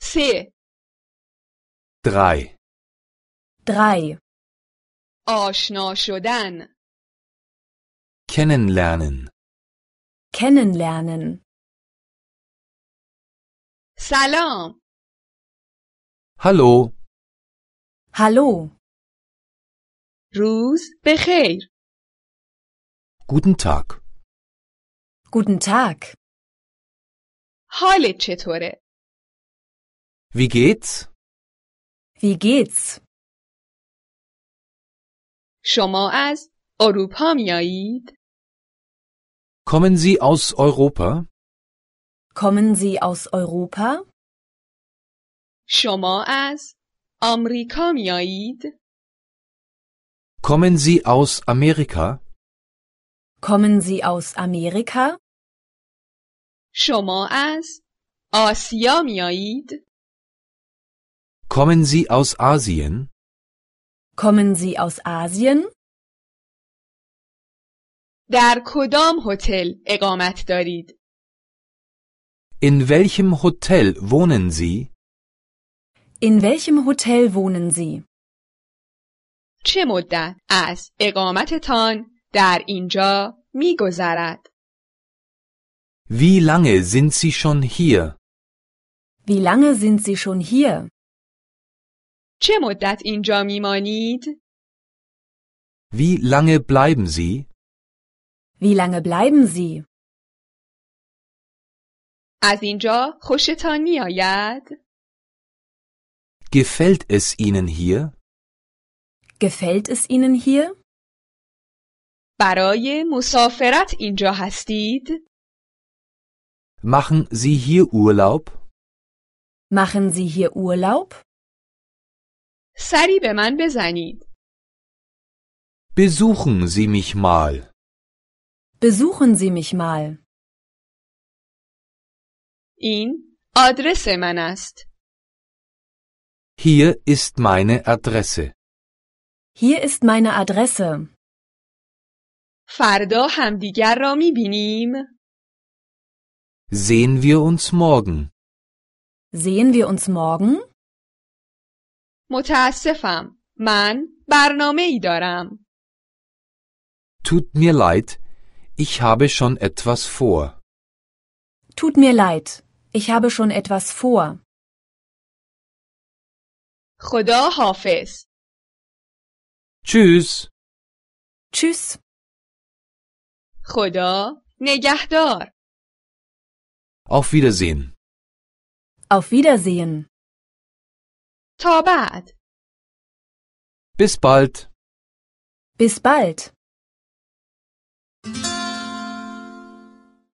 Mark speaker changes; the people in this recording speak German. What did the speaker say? Speaker 1: Fee.
Speaker 2: drei,
Speaker 3: 3.
Speaker 1: آشنا شدن.
Speaker 2: kennenlernen,
Speaker 3: Kennenlernen.
Speaker 1: سلام.
Speaker 2: hallo,
Speaker 3: Hallo.
Speaker 1: روز بخیر.
Speaker 2: guten Tag,
Speaker 3: Guten Tag.
Speaker 1: حالت چطوره؟
Speaker 2: wie geht's?
Speaker 3: Wie geht's?
Speaker 1: شما از اروپا میایید؟
Speaker 2: Kommen Sie aus Europa?
Speaker 3: Kommen Sie aus Europa?
Speaker 1: شما از آمریکا میایید؟
Speaker 2: Kommen Sie aus Amerika?
Speaker 3: Kommen Sie aus Amerika?
Speaker 1: شما از آسیا میایید؟
Speaker 2: Kommen Sie aus Asien?
Speaker 3: Kommen Sie aus Asien?
Speaker 1: در کدام هتل اقامت دارید؟
Speaker 2: In welchem Hotel wohnen Sie?
Speaker 3: In welchem Hotel wohnen Sie?
Speaker 1: چه مدت از اقامتتان در اینجا میگذرد؟
Speaker 2: Wie lange sind Sie schon hier?
Speaker 3: Wie lange sind Sie schon hier?
Speaker 1: چه مدت اینجا میمانید؟
Speaker 2: Wie lange bleiben Sie?
Speaker 3: Wie lange bleiben Sie?
Speaker 1: از اینجا خوشتان میآید؟
Speaker 2: Gefällt es Ihnen hier?
Speaker 3: Gefällt es Ihnen hier?
Speaker 1: برای مسافرت اینجا هستید؟
Speaker 2: Machen Sie hier Urlaub?
Speaker 3: Machen Sie hier Urlaub?
Speaker 1: سری به من بزنید.
Speaker 2: Besuchen Sie mich mal.
Speaker 3: Besuchen Sie mich mal.
Speaker 1: این آدرس من است.
Speaker 2: Hier ist meine Adresse.
Speaker 3: Hier ist meine Adresse.
Speaker 1: فردا همدیگر را میبینیم.
Speaker 2: Sehen wir uns morgen.
Speaker 3: Sehen wir uns morgen?
Speaker 1: متاسفم. من برنامه ای دارم.
Speaker 2: Tut mir leid, ich habe schon etwas vor.
Speaker 3: Tut mir leid. Ich habe schon etwas vor.
Speaker 1: خدا حافظ.
Speaker 2: Tschüss.
Speaker 3: Tschüss.
Speaker 1: خدا نگهدار.
Speaker 2: Auf Wiedersehen.
Speaker 3: Auf Wiedersehen.
Speaker 1: تا بعد.
Speaker 2: Bis bald.
Speaker 3: Bis bald.